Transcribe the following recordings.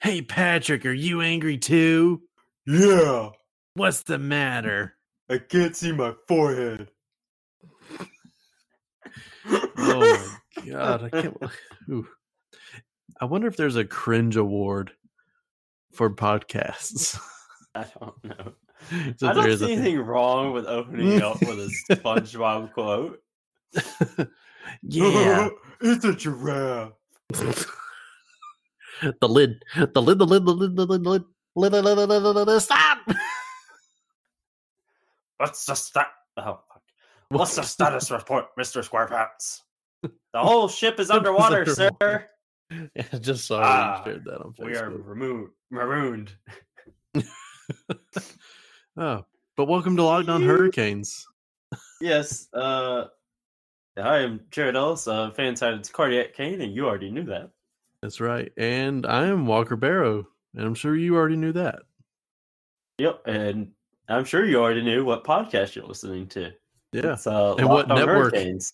Hey, Patrick, are you angry too? Yeah, What's the matter? I can't see my forehead. Oh my god, I can't. bel- Ooh. I wonder if there's a cringe award for podcasts. I don't know. So I there don't is a see thing. anything wrong with opening up with a SpongeBob quote. yeah, it's a giraffe. the lid, the lid, the lid, the lid, the lid, the lid, lid, lid, lid, lid, lid, lid, stop. What's the stat? Oh, fuck. What's the status report, Mister Squarepants? The whole ship is underwater, sir. Yeah, I just saw Ah, you shared that on Facebook. We are removed, marooned. Oh, but welcome to Lockdown You- Hurricanes. Yes. Uh, I am Jared Ellis, uh, Fansided's Cardiac Kane, and you already knew that. That's right, and I am Walker Barrow, and I'm sure you already knew that. Yep, and I'm sure you already knew what podcast you're listening to. Yeah, It's, uh, And what Locked On network. Hurricanes.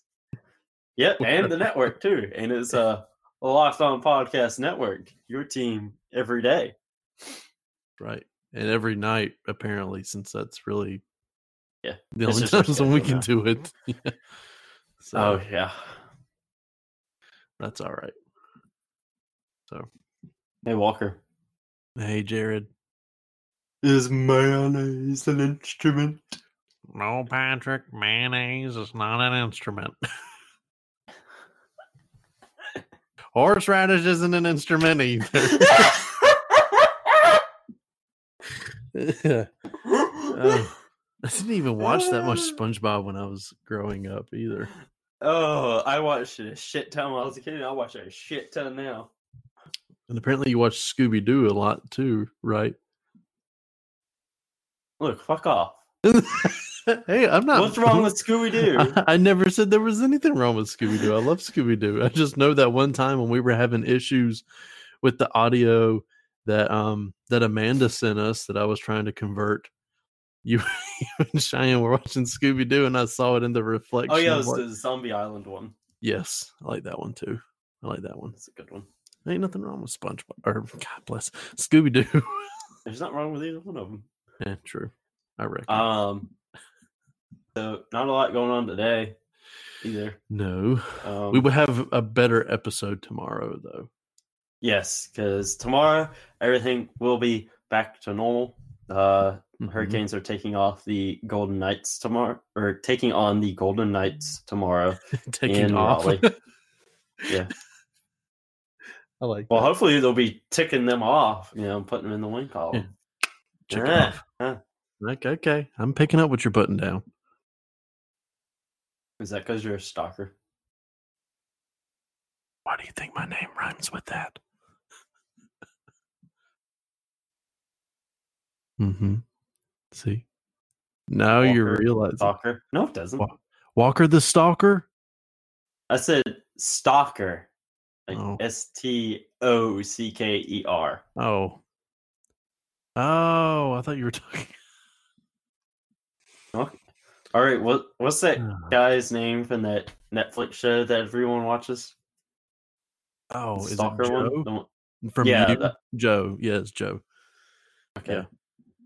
Yep, and the network too, and it's uh, Locked On Podcast Network. Your team every day. right. And every night, apparently, since that's really Yeah, the it's only just our times when we can schedule do Mm-hmm. it. Yeah. So Oh yeah, that's all right. hey Walker. Hey, Jared. Is mayonnaise an instrument? No, Patrick, mayonnaise is not an instrument. Horseradish isn't an instrument either. Oh, I didn't even watch that much SpongeBob when I was growing up either. Oh, I watched it a shit ton when I was a kid. and I watch it a shit ton now. And apparently, you watch Scooby Doo a lot too, right? Look, fuck off. hey, I'm not. What's wrong with Scooby Doo? I, I never said there was anything wrong with Scooby Doo. I love Scooby Doo. I just know that one time when we were having issues with the audio that um that Amanda sent us that I was trying to convert. You, you and Cheyenne were watching Scooby Doo, and I saw it in the reflection. Oh yeah, of it's what- the Zombie Island one. yes, I like that one too. I like that one. That's a good one. Ain't nothing wrong with SpongeBob or God bless Scooby Doo. There's not wrong with either one of them. yeah, true. I reckon. Um, so not a lot going on today, either. no, Um, we would have a better episode tomorrow, though. yes, because tomorrow everything will be back to normal. Uh, Mhm. Hurricanes are taking off the Golden Knights tomorrow, or taking on the Golden Knights tomorrow. taking in off. Raleigh. Yeah. I like. Well, that. hopefully they'll be ticking them off. You know, putting them in the win column. Check it Yeah, off. yeah. Like, okay, I'm picking up what you're putting down. Is that because you're a stalker? Why do you think my name rhymes with that? mm-hmm. See, now you're Walker, realizing Stalker? No, it doesn't. Wa- Walker the Stalker. I said stalker. Oh. Like S T O C K E R. Oh, oh, I thought you were talking. All right, what what's that Ah. guy's name from that Netflix show that everyone watches? Oh, is it Stalker Joe? one? The one- From yeah, Meteor? that- Joe. Yeah, it's Joe. okay. Yeah.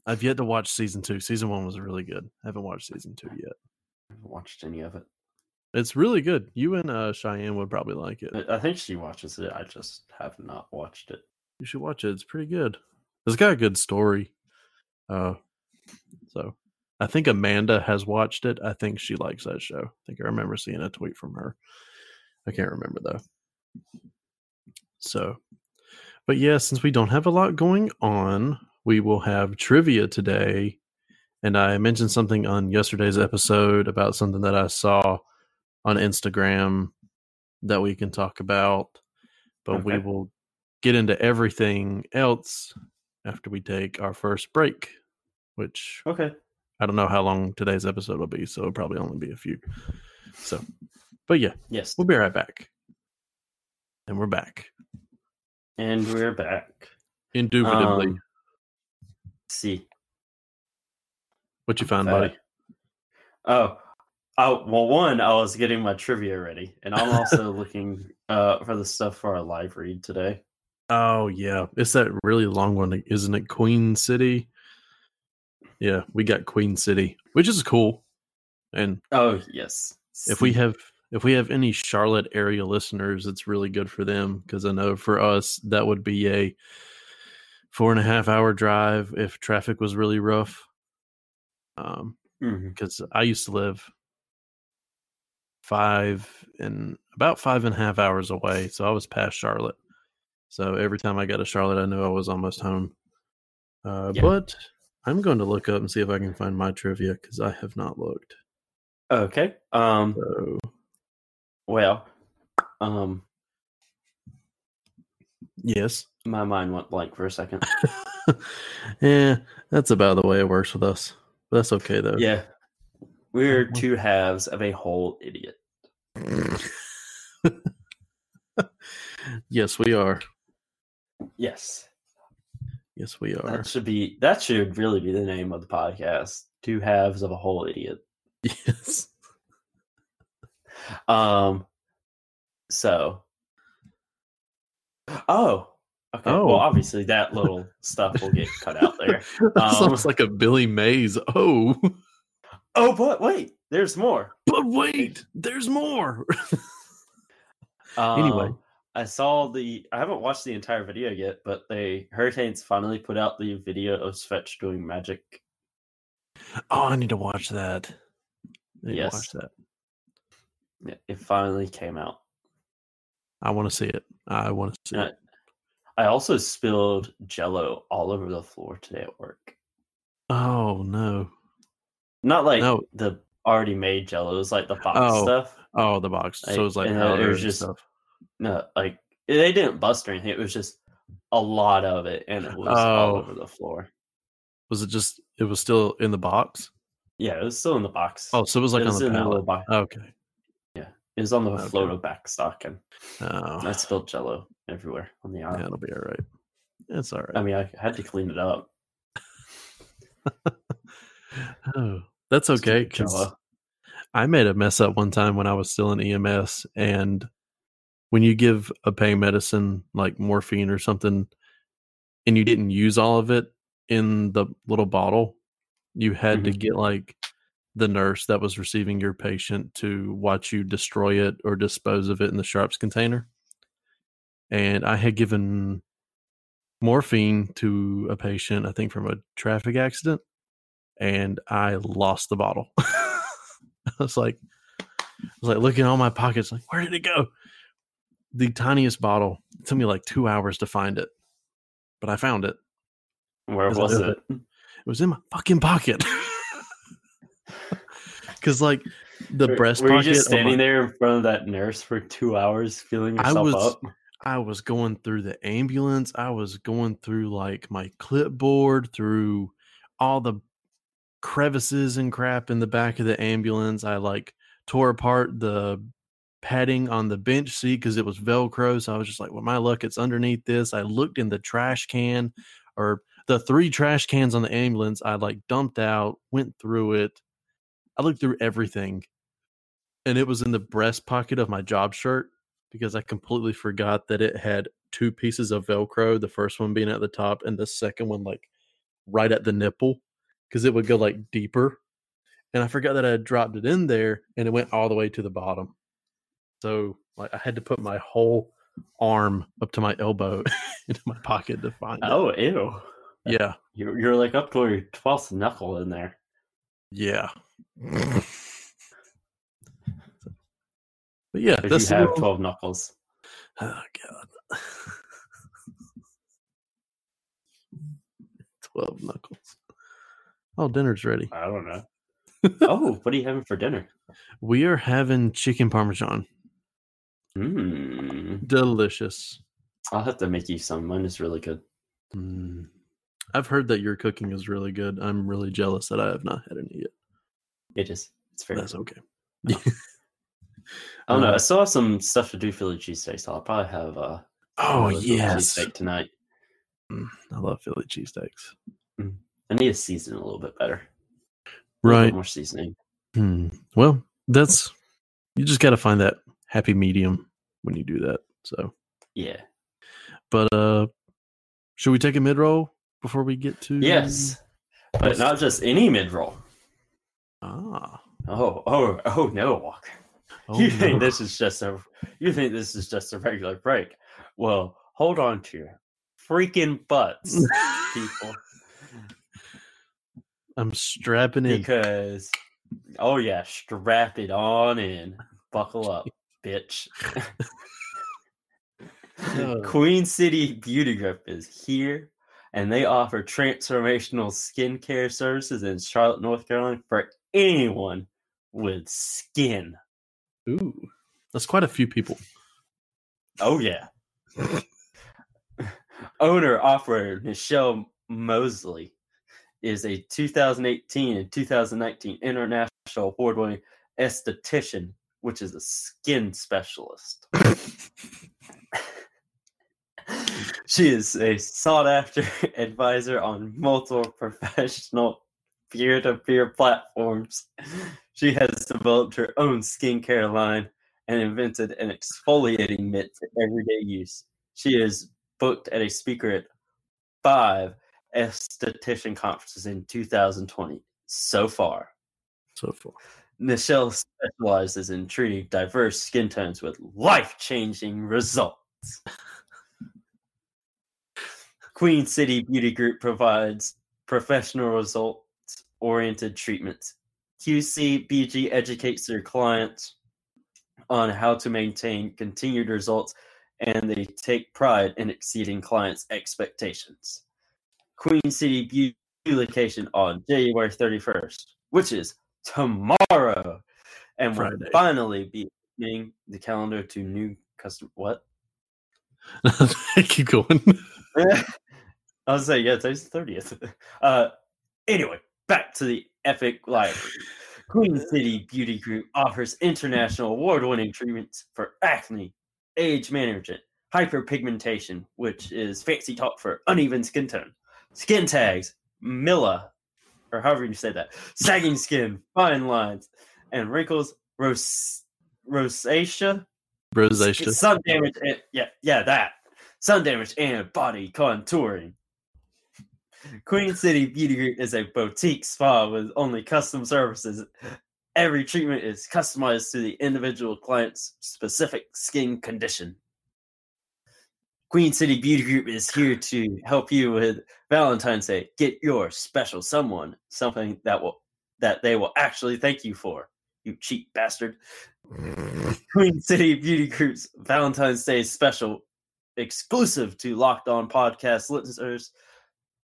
I've yet to watch season two. Season one was really good. I haven't watched season two yet. I haven't watched any of it. It's really good. You and uh, Cheyenne would probably like it. I I think she watches it. I just have not watched it. You should watch it. It's pretty good. It's got a good story. Uh, so I think Amanda has watched it. I think she likes that show. I think I remember seeing a tweet from her. I can't remember though. So, but yeah, since we don't have a lot going on, we will have trivia today. And I mentioned something on yesterday's episode about something that I saw on Instagram that we can talk about. But we Okay. will get into everything else after we take our first break, which Okay. I don't know how long today's episode will be, so it'll probably only be a few. So, but yeah, Yes. we'll be right back. And we're back. And we're back. Indubitably. Um, see. what you find, Uh, buddy? Oh, I, well, one, I was getting my trivia ready, and I'm also looking uh, for the stuff for our live read today. Oh yeah, it's that really long one, isn't it? Queen City. Yeah, we got Queen City, which is cool. And Oh yes. if we have if we have any Charlotte area listeners, it's really good for them because I know for us that would be a four and a half hour drive if traffic was really rough. Um, Mhm. because I used to live five and about five and a half hours away, so I was past Charlotte. So every time I got to Charlotte, I knew I was almost home. Uh, Yeah. But I'm going to look up and see if I can find my trivia because I have not looked. Okay. Um. So Well. Um. yes, My mind went blank for a second. yeah, that's about the way it works with us. But that's okay though. yeah. We're two halves of a whole idiot. yes, we are. Yes. Yes, we are. That should be that should really be the name of the podcast. Two halves of a whole idiot. yes. Um so Oh. Okay. Oh. Well, obviously that little stuff will get cut out there. That Um, sounds like a Billy Mays. Oh, Oh, but wait, there's more. but wait, there's more. Um, Anyway. I saw the I haven't watched the entire video yet, but they Hurricanes finally put out the video of Svetch doing magic. Oh, I need to watch that. I need Yes. to watch that. Yeah, It finally came out. I want to see it. I want to see Uh, it. I also spilled jello all over the floor today at work. Oh no! Not like No. the already made jello, it was like the box Oh. stuff. Oh, the box. Like, so it's like and, uh, powder there's and just- stuff. No, like they didn't bust or anything. It was just a lot of it and it was all Oh. over the floor. Was it just? It was still in the box. Yeah, it was still in the box. Oh, so it was like it on was the in the little pallet. Oh, box. Okay. It was on the Okay. float of back stocking. Oh, I spilled jello everywhere on the yeah, aisle. it'll be all right. It's all I right. mean, I had to clean it up. Oh, that's okay. Stupid 'cause Jell-O. I made a mess up one time when I was still in EMS, and when you give a pain medicine like morphine or something, and you didn't use all of it in the little bottle, you had to get like the nurse that was receiving your patient to watch you destroy it or dispose of it in the sharps container. And I had given morphine to a patient, I think from a traffic accident, and I lost the bottle. I was like, I was like looking all my pockets, like, where did it go? The tiniest bottle. It took me like two hours to find it, but I found it. Where Is it was open? it? It was in my fucking pocket. Because like the Were- breast were pocket, you just on my- standing there in front of that nurse for two hours, feeling I yourself was- up? I was going through the ambulance. I was going through like my clipboard, through all the crevices and crap in the back of the ambulance. I like tore apart the padding on the bench seat because it was Velcro. So I was just like, well, my luck, it's underneath this. I looked in the trash can or the three trash cans on the ambulance. I like dumped out, went through it. I looked through everything and it was in the breast pocket of my job shirt because I completely forgot that it had two pieces of Velcro, the first one being at the top and the second one like right at the nipple because it would go like deeper. And I forgot that I had dropped it in there and it went all the way to the bottom. So like I had to put my whole arm up to my elbow into my pocket to find it. Oh, ew. Yeah. You're, you're like up to your 12th knuckle in there. Yeah. but yeah, If that's you the have little- 12 knuckles. Oh god. Twelve knuckles. Oh, dinner's ready. I don't know. oh, what are you having for dinner? We are having chicken parmesan. Mm, Delicious. I'll have to make you some. Mine is really good. Mm. I've heard that your cooking is really good. I'm really jealous that I have not had any yet. It is. It's very That's good. okay. I don't know. uh, I still have some stuff to do Philly cheesesteak, so I'll probably have uh, Oh another Philly yes, cheesesteak tonight. Mm, I love Philly cheesesteaks. I need to season it a little bit better. A little bit Right. more seasoning. Hmm. Well, that's you just got to find that happy medium when you do that. So Yeah. But uh should we take a mid roll before we get to Yes, but not just any mid roll. Ah. Oh, oh, oh no, Walker. Oh, you no. think this is just a you think this is just a regular break? Well, hold on to your freaking butts, people, I'm strapping in. because oh yeah, strap it on in, buckle up, bitch. Oh. Queen City Beauty Group is here, and they offer transformational skincare services in Charlotte, North Carolina, for anyone with skin. Ooh. That's quite a few people. Oh yeah. Owner operator Michelle Mosley is a 2018 and 2019 international award-winning esthetician, which is a skin specialist. she is a sought-after advisor on multiple professional peer-to-peer platforms. She has developed her own skincare line and invented an exfoliating mitt for everyday use. She is booked as a speaker at five esthetician conferences in 2020 so far. So far. Michelle specializes in treating diverse skin tones with life changing results. Queen City Beauty Group provides professional results oriented treatments. QCBG educates their clients on how to maintain continued results and they take pride in exceeding clients' expectations. Queen City Beauty location on January 31st, which is tomorrow, and will Friday. finally be opening the calendar to new customer. What? Keep going. I was saying, yeah, today's the 30th. Uh, anyway, back to the epic library. Queen City Beauty Group offers international award winning treatments for acne, age management, hyperpigmentation, which is fancy talk for uneven skin tone, skin tags, Mila, or however you say that, sagging skin, fine lines, and wrinkles, ros- rosacea, Rosacea. sun damage and yeah yeah that sun damage and body contouring queen city beauty group is a boutique spa with only custom services every treatment is customized to the individual client's specific skin condition queen city beauty group is here to help you with valentine's day get your special someone something that will that they will actually thank you for you cheap bastard Queen City Beauty Group's Valentine's Day special, exclusive to Locked On podcast listeners,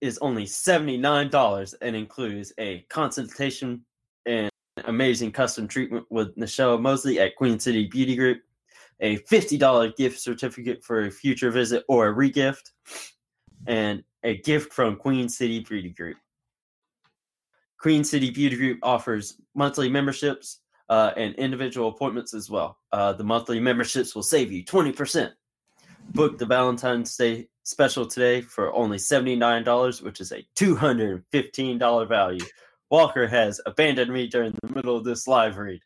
is only $79 and includes a consultation and amazing custom treatment with Nichelle Mosley at Queen City Beauty Group, a $50 gift certificate for a future visit or a regift, and a gift from Queen City Beauty Group. Queen City Beauty Group offers monthly memberships, uh, and individual appointments as well. Uh, the monthly memberships will save you 20%. Book the Valentine's Day special today for only $79, which is a $215 value. Walker has abandoned me during the middle of this live read.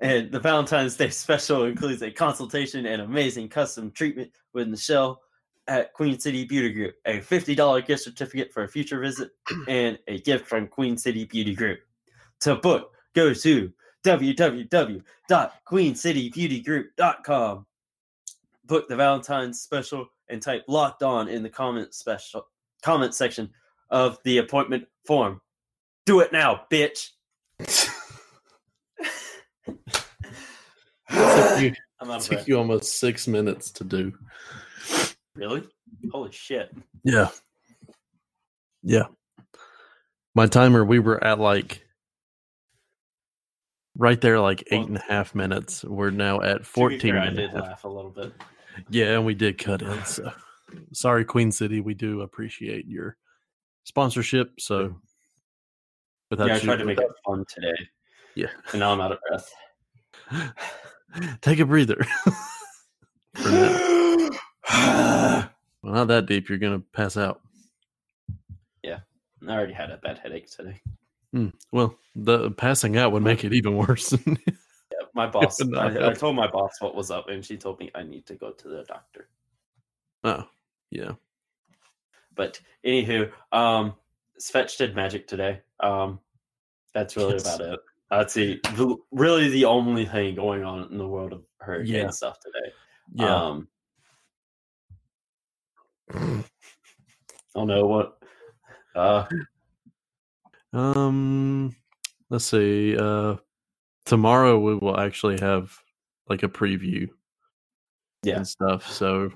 and the Valentine's Day special includes a consultation and amazing custom treatment with Michelle at Queen City Beauty Group, a $50 gift certificate for a future visit and a gift from Queen City Beauty Group. To book, go to www.queencitybeautygroup.com. Book the Valentine's special and type locked on in the comment special comment section of the appointment form. Do it now, bitch. Took I'm you, out of took breath. you almost six minutes to do. Really? Holy shit. Yeah. Yeah. My timer, we were at like right there, like eight Well- and a half minutes. We're now at To be 14. fair, I and a did half. laugh a little bit. Yeah, and we did cut in. So sorry, Queen City. We do appreciate your sponsorship. So without Yeah, I you- tried to make it without- fun today, yeah. and now I'm out of breath. Take a breather. For I well, not that deep. You're gonna pass out. already had a bad headache today. Well, the passing out would make it even worse. Yeah, my boss. No, I, I that's- told my boss what was up, and she told me I need to go to the doctor. Oh, yeah. But anywho, um, Svetch did magic today. Um, that's really Yes. about it. That's the the- really the only thing going on in the world of hurricane Yeah. stuff today. Yeah. Um, I don't know what. Uh, Um, let's see. Uh tomorrow we will actually have like a preview Yeah. and stuff. So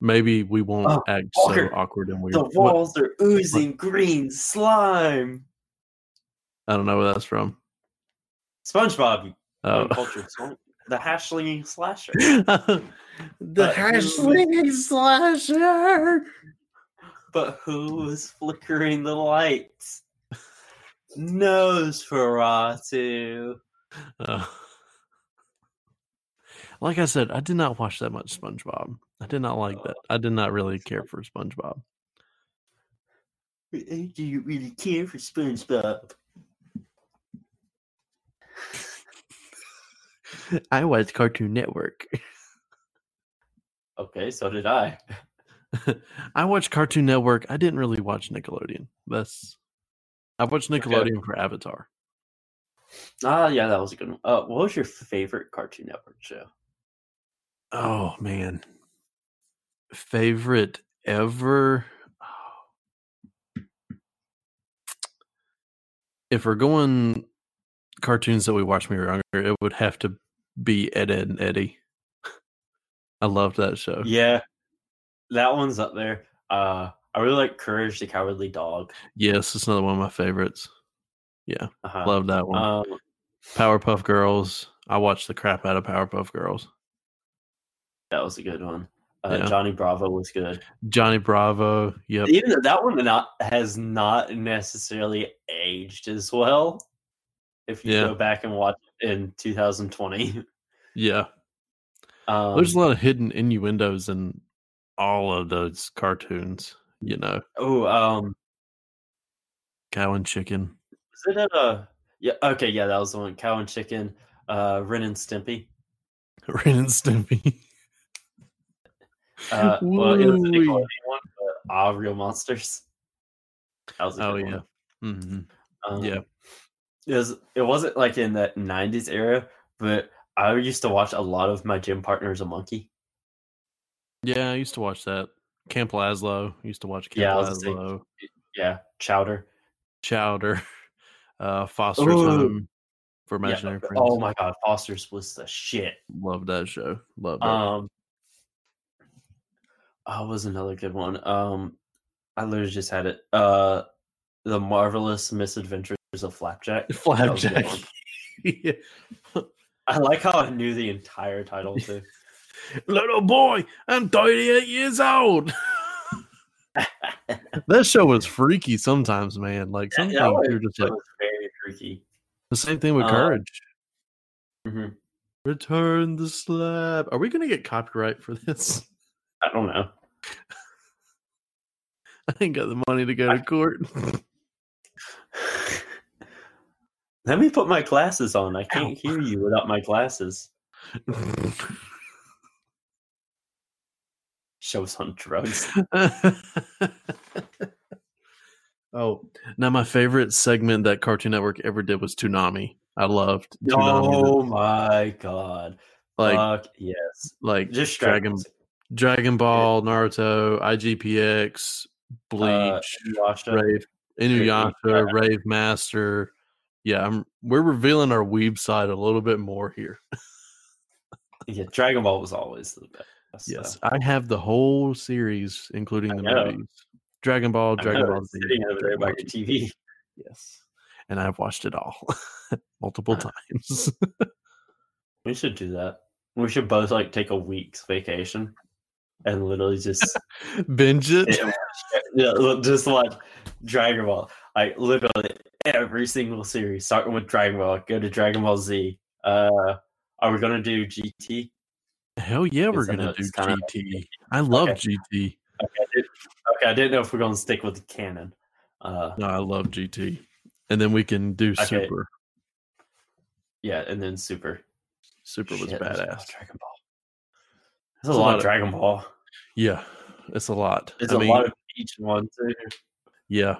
maybe we won't Oh, act Walker, so awkward and weird. the What? walls are oozing green slime. I don't know where that's from. SpongeBob, Oh. uncultured swine- the Hashling slasher. the But- Hashling slasher. But who is flickering the lights? Nosferatu. Uh, like I said, I did not watch that much SpongeBob. I did not Oh, like that. I did not really care for SpongeBob. Do you really care for SpongeBob? I watched Cartoon Network. Okay, so did I. I watched Cartoon Network. I didn't really watch Nickelodeon. That's I watched Nickelodeon for Avatar. Ah, yeah, that was a good one. Uh, what was your favorite Cartoon Network show? Oh man. Favorite ever. If we're going cartoons that we watched when we were younger, it would have to be Ed, Ed and Eddie. I loved that show. Yeah, that one's up there. Uh, I really like Courage the Cowardly Dog. Yes, it's another one of my favorites. Uh-huh. Love that one. Um, Powerpuff Girls. I watched the crap out of Powerpuff Girls. that was a good one. Uh, Yeah. Johnny Bravo was good. Johnny Bravo. Yep. Even though that one not, has not necessarily aged as well, if you Yeah. go back and watch it in 2020. Yeah. Um, There's a lot of hidden innuendos in all of those cartoons, you know. oh, um, Cow and chicken. was it uh yeah okay yeah that was the one Cow and Chicken, uh, Ren and Stimpy. Ren and Stimpy. Uh, well, it was the Wooey. Nickelodeon one, but Ah Real Monsters. That was a Oh good one. yeah. hmm Um, Yeah. It, was, it wasn't like in that 90s era, but I used to watch a lot of my gym partners a monkey. Yeah, I used to watch that. Camp Lazlo. I used to watch Camp Yeah, I was gonna say- Lazlo. Yeah, Chowder. Chowder. Uh Foster's Ooh. Home for Oh, Yeah, Imaginary but- Friends. Oh my god, Foster's was the shit. Love that show. Love it. Um Oh, was another good one. Um I literally just had it. Uh The Marvelous Misadventures of Flapjack. That was a good Flapjack. one. Yeah. I like how I knew the entire title too. Little boy, I'm 38 years old. that show was freaky sometimes, man. Like Yeah, sometimes yeah, it you're just It like was very freaky. the same thing with Uh, courage. mm-hmm. Mhm. Return the slab. Are we gonna get copyright for this? I don't know. I ain't got the money to go to court. Let me put my glasses on. I can't hear you without my glasses. Shows on drugs. oh, now my favorite segment that Cartoon Network ever did was Toonami. I loved Toonami. Oh my god. like Fuck yes. like Just uh, Dragon Dragons. Dragon Ball, Naruto, IGPX, Uh, Bleach, Inuyasha. Rave, Inuyasha, Yeah. Rave Master. Yeah, I'm, we're revealing our weeb side a little bit more here. Yeah, Dragon Ball was always the best. so. Yes, I have the whole series, including the know. movies. Dragon Ball, I Dragon know, Ball it's Z, sitting over there Dragon by Ball your TV. G. Yes, and I've watched it all multiple times. We should do that. We should both like take a week's vacation and literally just Binge it. sit and watch- yeah, look, just watch Dragon Ball. Like literally every single series, starting with Dragon Ball. Go to Dragon Ball Z. Uh, are we gonna do GT? Hell yeah, we're Yes, I know, gonna do it's kinda- GT. I love GT. Okay, I did- okay, I didn't know if we're gonna stick with the canon. Uh, No, I love GT. And then we can do Okay. Super. yeah, and then Super. Super was Shit, there's a lot badass. of Dragon Ball. There's a lot of Dragon Ball. Yeah, it's a lot. There's I a mean, lot of each one too. yeah,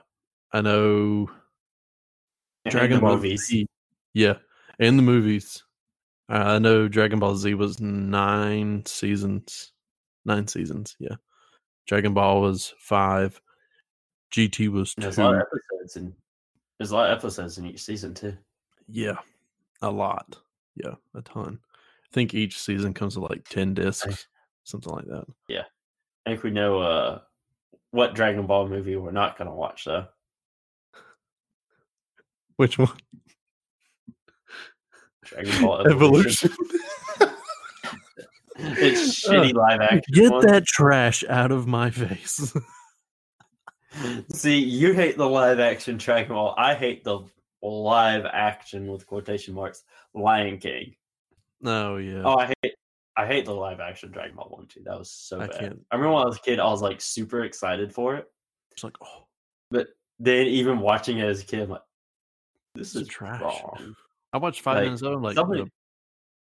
I know. And Dragon the Ball movies. Z. Yeah, and the movies. Uh, I know Dragon Ball Z was nine seasons. Nine seasons. Yeah, Dragon Ball was five. GT was two. There's a lot of episodes and there's a lot of episodes in each season too. Yeah, a lot. Yeah, a ton. I think each season comes with like ten discs, something like that. I think we know uh, what Dragon Ball movie we're not gonna watch though. Which one? Dragon Ball Evolution. Uh, it's shitty live action. Get one. that trash out of my face. See, you hate the live action Dragon Ball. I hate the live action with quotation marks Lion King. oh yeah. Oh, I hate I hate the live action Dragon Ball one too. That was so I bad. can't- I remember when I was a kid, I was like super excited for it. It's like oh, But then even watching it as a kid, I'm like, this This is is trash. wrong. I watched five Like, minutes of it. I'm like, somebody-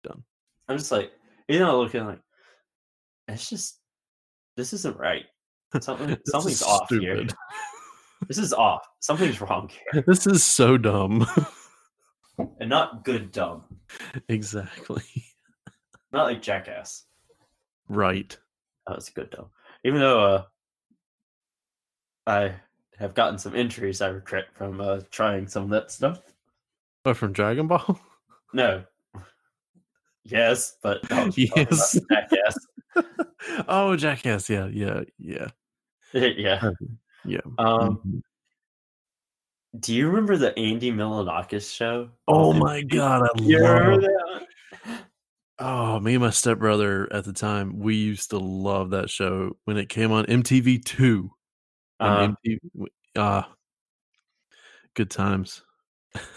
"Nope, I'm just like, you know, looking like, it's just this isn't right. Something this is something's off here. stupid. This is off. Something's wrong here, This is so dumb. and not good dumb. exactly. Not like jackass. Right. Oh, it's good though. Even though uh, I have gotten some injuries, I regret from uh, trying some of that stuff. But Oh, from Dragon Ball? No. Yes, but I was talking about Yes. jackass. oh, Jackass. Yeah, yeah, yeah. yeah. Yeah. Um, Mhm. do you remember the Andy Milonakis show? oh Um, my God. I You remember love that? one? Oh, me and my stepbrother at the time, we used to love that show when it came on MTV2. Um, on MTV, uh, good times.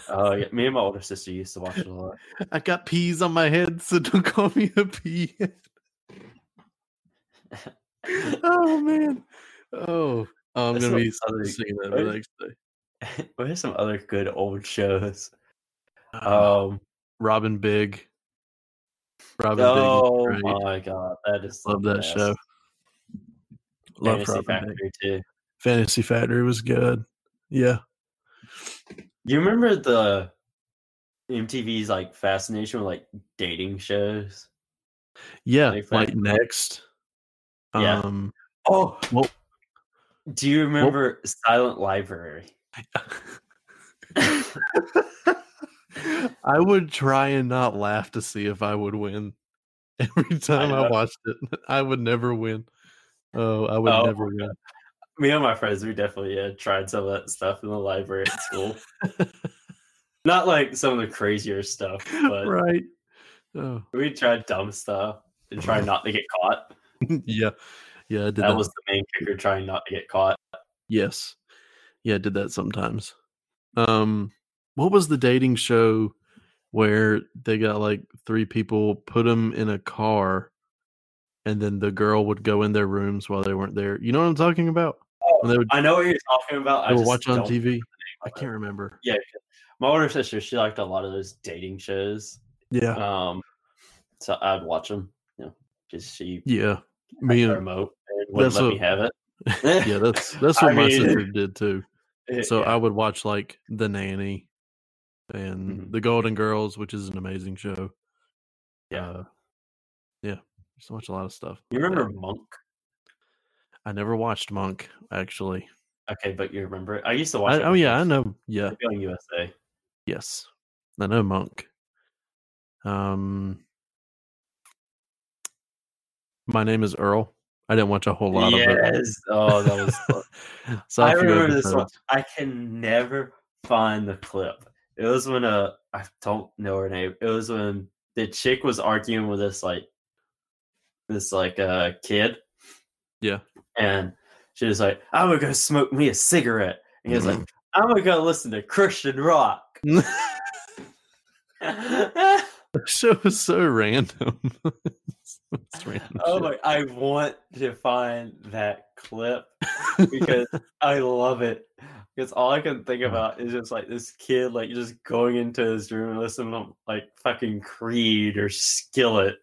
oh, yeah. Me and my older sister used to watch it a lot. I got peas on my head, so don't call me a pea. oh, man. Oh, I'm going That's to not be funny, singing that the right? next day. what are some other good old shows? Uh, Um, Robin Big. Robin oh Big. is great. my god, that is the Love that best. show. Love Fantasy Robin Big. Factory too. Fantasy Factory was good. Yeah. You remember the MTV's like fascination with like dating shows? Yeah. Like Like, that. next. Yeah. Um Oh, well do you remember Silent Library? I would try and not laugh to see if I would win. Every time I, know. watched it, I would never win. Oh, I would Oh, never win. Me and my friends, we definitely uh, tried some of that stuff in the library at school. Not like some of the crazier stuff, but Right. Oh, we tried dumb stuff and try not to get caught. yeah. Yeah, I did That was the main kicker, trying not to get caught. Yes. Yeah, I did that sometimes. Um what was the dating show where they got like three people put them in a car and then the girl would go in their rooms while they weren't there. You know what I'm talking about? When they would, Oh, I know what you're talking about. I they would just watch on don't- TV. I of it. can't remember. My older sister, she liked a lot of those dating shows. Yeah. Um, so I'd watch them, you know, because she Yeah. had Me the and remote and wouldn't that's let what- me have it. yeah, that's that's what I my mean- sister did too. So Yeah. I would watch like The Nanny and Mhm. The Golden Girls, which is an amazing show. Yeah. Uh, yeah. Just watch a lot of stuff. you like that. remember Monk? I never watched Monk actually. Okay, but you remember it? I used to watch. I, it oh yeah, I because know. Yeah, it'd be on USA. yes, I know Monk. Um, my name is Earl. I didn't watch a whole lot Yes. Oh, that was. of it. so I I, forgot remember the this one. title. I can never find the clip. It was when uh, I don't know her name. It was when the chick was arguing with this like, this like uh kid. Yeah. And she was like, "I'm gonna go smoke me a cigarette," and he was like, "I'm gonna go listen to Christian rock." that show was so random. It's random Oh shit. my! I want to find that clip because I love it. Because all I can think Uh-huh. about is just like this kid, like just going into his room and listening to like fucking Creed or Skillet.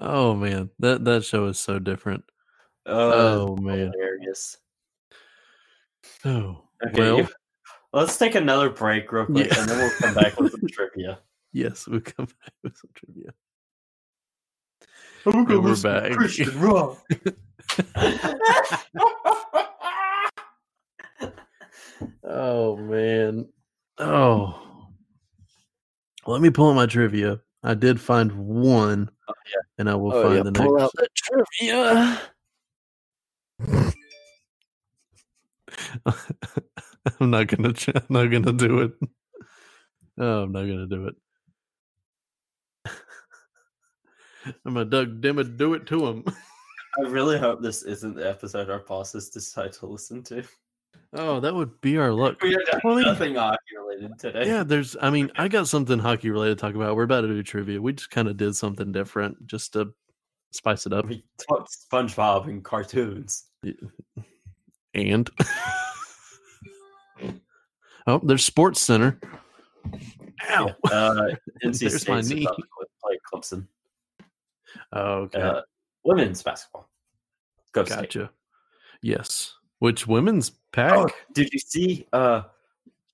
oh man, that that show is so different. Oh Oh, man. hilarious! Oh Okay, well, you- let's take another break real quick, Yeah. and then we'll come back with some trivia. yes, we'll come back with some trivia. I'm gonna And we're listen to back. Christian rock. Uh-huh. Oh man. Oh. Let me pull out my trivia. I did find one, and I will Oh, find yeah, the pull next. out the trivia. I'm not gonna. ch- I'm not gonna do it. Oh, I'm not gonna do it. I'm gonna Doug Dimmer do it to him. I really hope this isn't the episode our bosses decide to listen to. Oh, that would be our luck. We are done. Well, I mean, nothing hockey related today. Oh, yeah, there's. I mean, I got something hockey related to talk about. We're about to do trivia. We just kind of did something different just to spice it up. We talked SpongeBob and cartoons. And oh, there's Sports Center. Ow. Uh, NC Oh. There's my State's knee. about to play Clemson. Okay, Uh, women's basketball. Go State. gotcha. Yes. Which women's pack? Oh, did you see uh,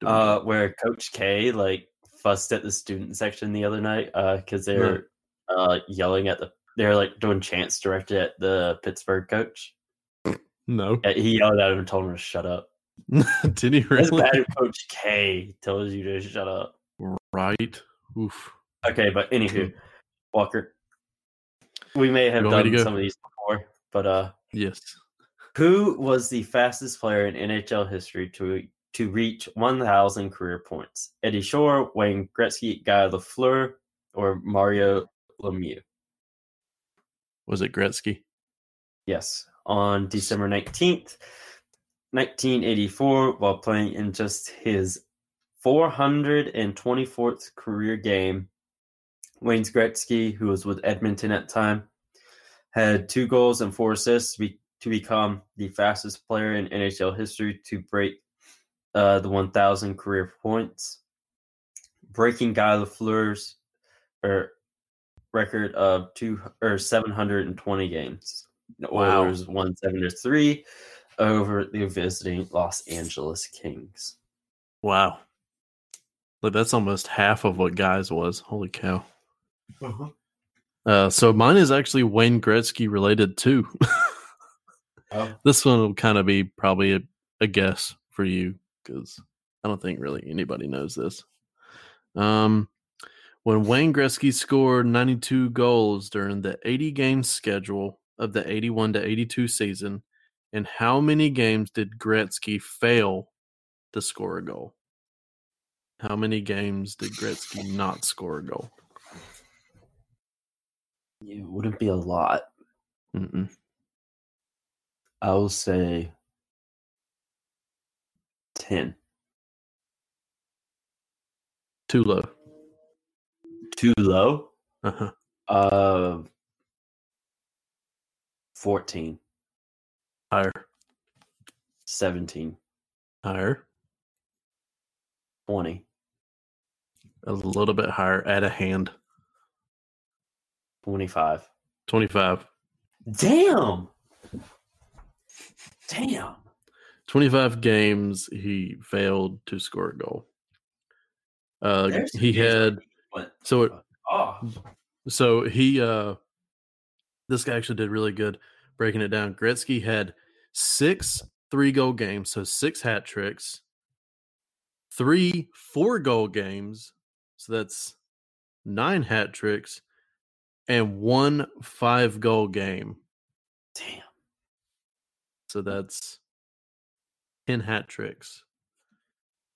uh, where Coach K like fussed at the student section the other night because they No. were uh, yelling at the they're like doing chants directed at the Pittsburgh coach. no. Uh, He yelled at him and told him to shut up. Did he That's really? bad if Coach K tells you to shut up. Right. Oof. Okay, but anywho, Walker, we may have Hmm. You want me to done go? some of these before, but uh, Yes. who was the fastest player in NHL history to to reach 1,000 career points? Eddie Shore, Wayne Gretzky, Guy Lafleur, or Mario Lemieux? Was it Gretzky? Yes, on December 19th, 1984, while playing in just his 424th career game, Wayne Gretzky, who was with Edmonton at the time, had two goals and four assists to, be, to become the fastest player in NHL history to break uh, the 1,000 career points, breaking Guy Lafleur's or record of two er, or 720 games. The Wow. Oilers won seven to three over the visiting Los Angeles Kings. Wow. Look, that's almost half of what guys was. Holy cow. Uh-huh. Uh, so mine is actually Wayne Gretzky related too. Oh. This one will kind of be probably a, a guess for you because I don't think really anybody knows this. Um, when Wayne Gretzky scored 92 goals during the 80 game schedule of the 81 to 82 season, and how many games did Gretzky fail to score a goal? How many games did Gretzky not score a goal? It wouldn't be a lot. Mm-mm. I will say 10. Too low. Too low? Uh-huh. Uh, 14, Higher. 17, Higher. 20, A little bit higher. At a hand. 25. 25. Damn. Damn. 25 games he failed to score a goal. Uh There's he some had days where he went so it, off. so he uh this guy actually did really good breaking it down. Gretzky had 6 three-goal games, so 6 hat tricks. 3 four-goal games, so that's 9 hat tricks and 1 five-goal game. Damn. So that's 10 hat tricks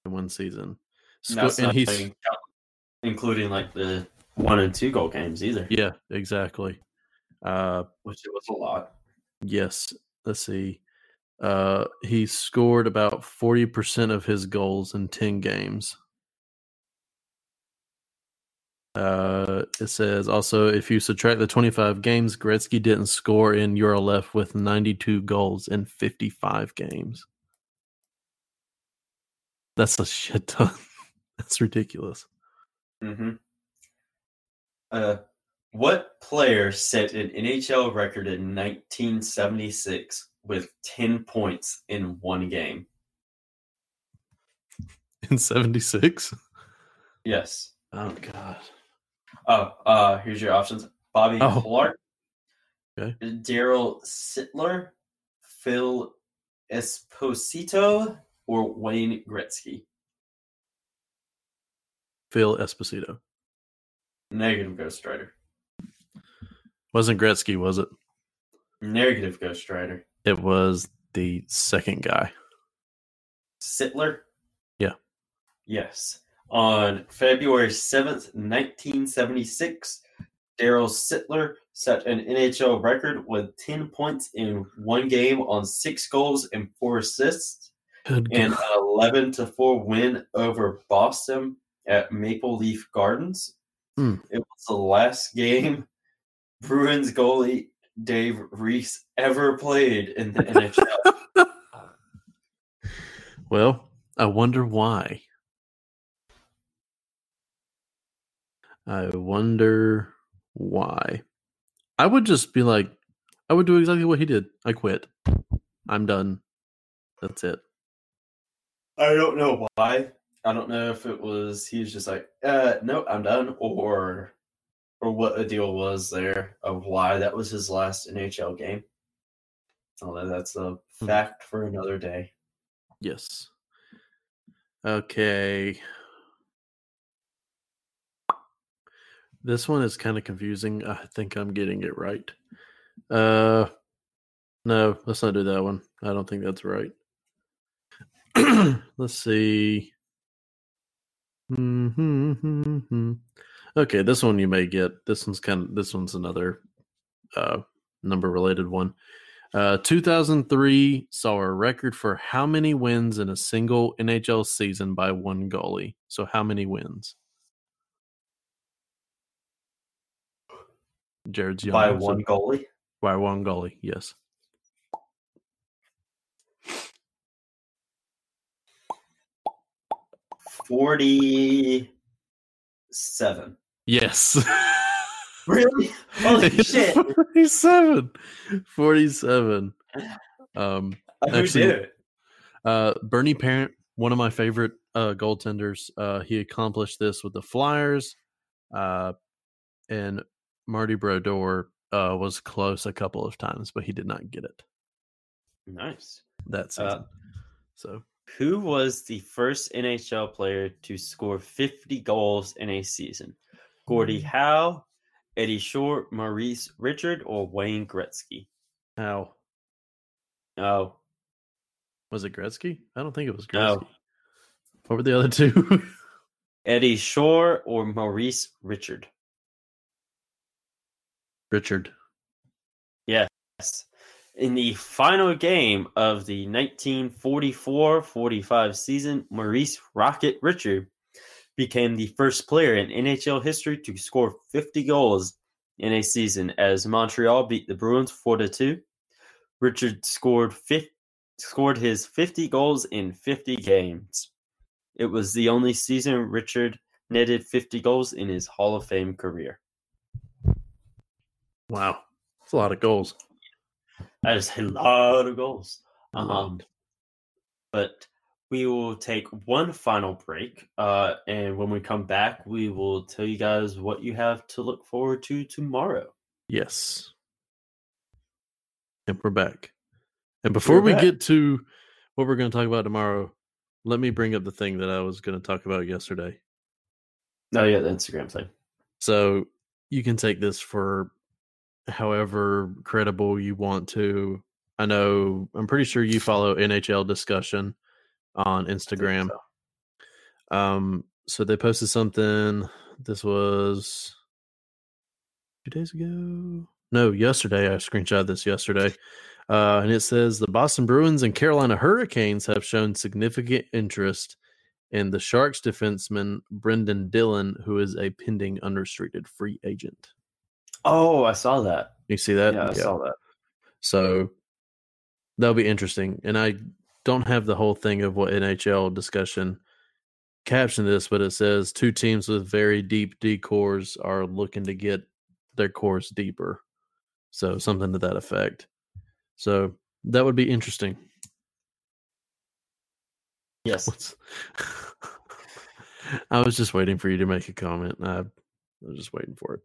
in one season. Sco- That's and not he's even count- including like the one and two goal games either, yeah, exactly. Uh which it was a lot. yes, let's see. Uh he scored about 40% of his goals in 10 games. Uh, it says also if you subtract the 25 games Gretzky didn't score in, you're left with 92 goals in 55 games. That's a shit ton. That's ridiculous. Mm-hmm. Uh, what player set an NHL record in 1976 with 10 points in one game? In 76? Yes. Oh, God. Oh, uh, here's your options: Bobby Oh. Clark, Okay. Daryl Sittler, Phil Esposito, or Wayne Gretzky. Phil Esposito. Negative Ghost Rider. Wasn't Gretzky, was it? Negative Ghost Rider. It was the second guy. Sittler. Yeah. Yes. On February seventh, nineteen seventy-six, Daryl Sittler set an NHL record with ten points in one game on six goals and four assists. Good and God. an 11 to 4 win over Boston at Maple Leaf Gardens. Hmm. It was the last game Bruins goalie Dave Reese ever played in the NHL. Well, I wonder why. I wonder why. I would just be like, I would do exactly what he did. I quit. I'm done. That's it. I don't know why. I don't know if it was he was just like, uh, no, I'm done, or or what the deal was there of why that was his last NHL game. Although that's a Hmm. fact for another day. Yes. Okay. This one is kind of confusing. I think I'm getting it right. Uh no, let's not do that one. I don't think that's right. let's see. Mm-hmm. Okay, this one you may get. This one's kind of this one's another uh number related one. Uh, 2003 saw a record for how many wins in a single NHL season by one goalie. So, how many wins? Jared's young. By so- one goalie. By one goalie, yes. Forty-seven. Yes. Really? Holy It's shit! 47. 47. Um, Who Actually- did it? Uh, Bernie Parent, one of my favorite uh, goaltenders, uh, he accomplished this with the Flyers, uh, and Marty Brodeur uh, was close a couple of times, but he did not get it Nice. that season. Uh, so Who was the first NHL player to score 50 goals in a season? Gordie Howe, Eddie Shore, Maurice Richard, or Wayne Gretzky? how Oh, was it Gretzky? I don't think it was No. Gretzky. What were the other two? Eddie Shore or Maurice Richard? Richard. Yes. In the final game of the 1944 45 season, Maurice Rocket Richard became the first player in NHL history to score 50 goals in a season as Montreal beat the Bruins 4 2. Richard scored, fif- scored his 50 goals in 50 games. It was the only season Richard netted 50 goals in his Hall of Fame career. Wow, that's a lot of goals. That is a lot of goals. Um, Lot. but we will take one final break. Uh, and when we come back, we will tell you guys what you have to look forward to tomorrow. Yes. And we're back. And before we back. get to what we're going to talk about tomorrow, let me bring up the thing that I was going to talk about yesterday. Oh, yeah, the Instagram thing. So you can take this for however credible you want to. I know, I'm pretty sure you follow NHL discussion on Instagram. So, Um, so they posted something. This was two days ago. No, yesterday. I screenshot this yesterday. Uh, and it says the Boston Bruins and Carolina Hurricanes have shown significant interest and the Sharks defenseman Brendan Dillon, who is a pending unrestricted free agent. Oh, I saw that. You see that? Uh, yeah, I saw that. So that'll be interesting. And I don't have the whole thing of what NHL discussion captioned this, but it says two teams with very deep D cores are looking to get their cores deeper. So something to that effect. So that would be interesting. Yes. What's- I was just waiting for you to make a comment. I, I was just waiting for it.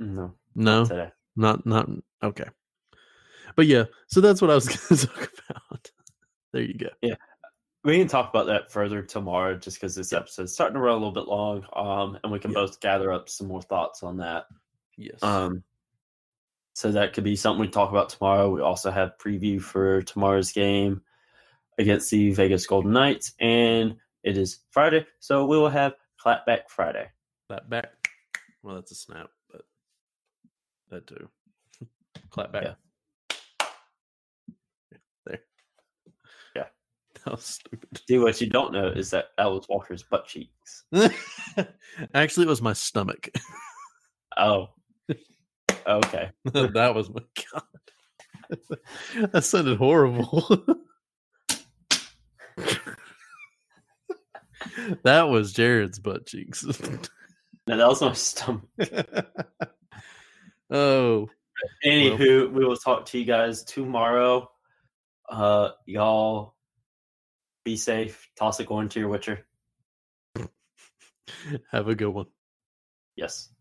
No. No, Today. not not okay. But yeah, so that's what I was going to talk about. There you go. We can talk about that further tomorrow just because this episode's starting to run a little bit long. Um, and we can Yeah. both gather up some more thoughts on that. Yes. Um, so that could be something we talk about tomorrow. We also have preview for tomorrow's game against the Vegas Golden Knights, and it is Friday, so we will have Clapback Friday. clap back. Well, that's a snap, but that too. clap back. Yeah. There. Yeah. That was stupid. See, what you don't know is that that was Walker's butt cheeks. Actually, it was my stomach. Oh, okay. that was my god. that sounded horrible. that was Jared's butt cheeks. Now that was my stomach. oh, Anywho, we will talk to you guys tomorrow. Uh, y'all be safe. Toss a coin to your Witcher. have a good one. Yes.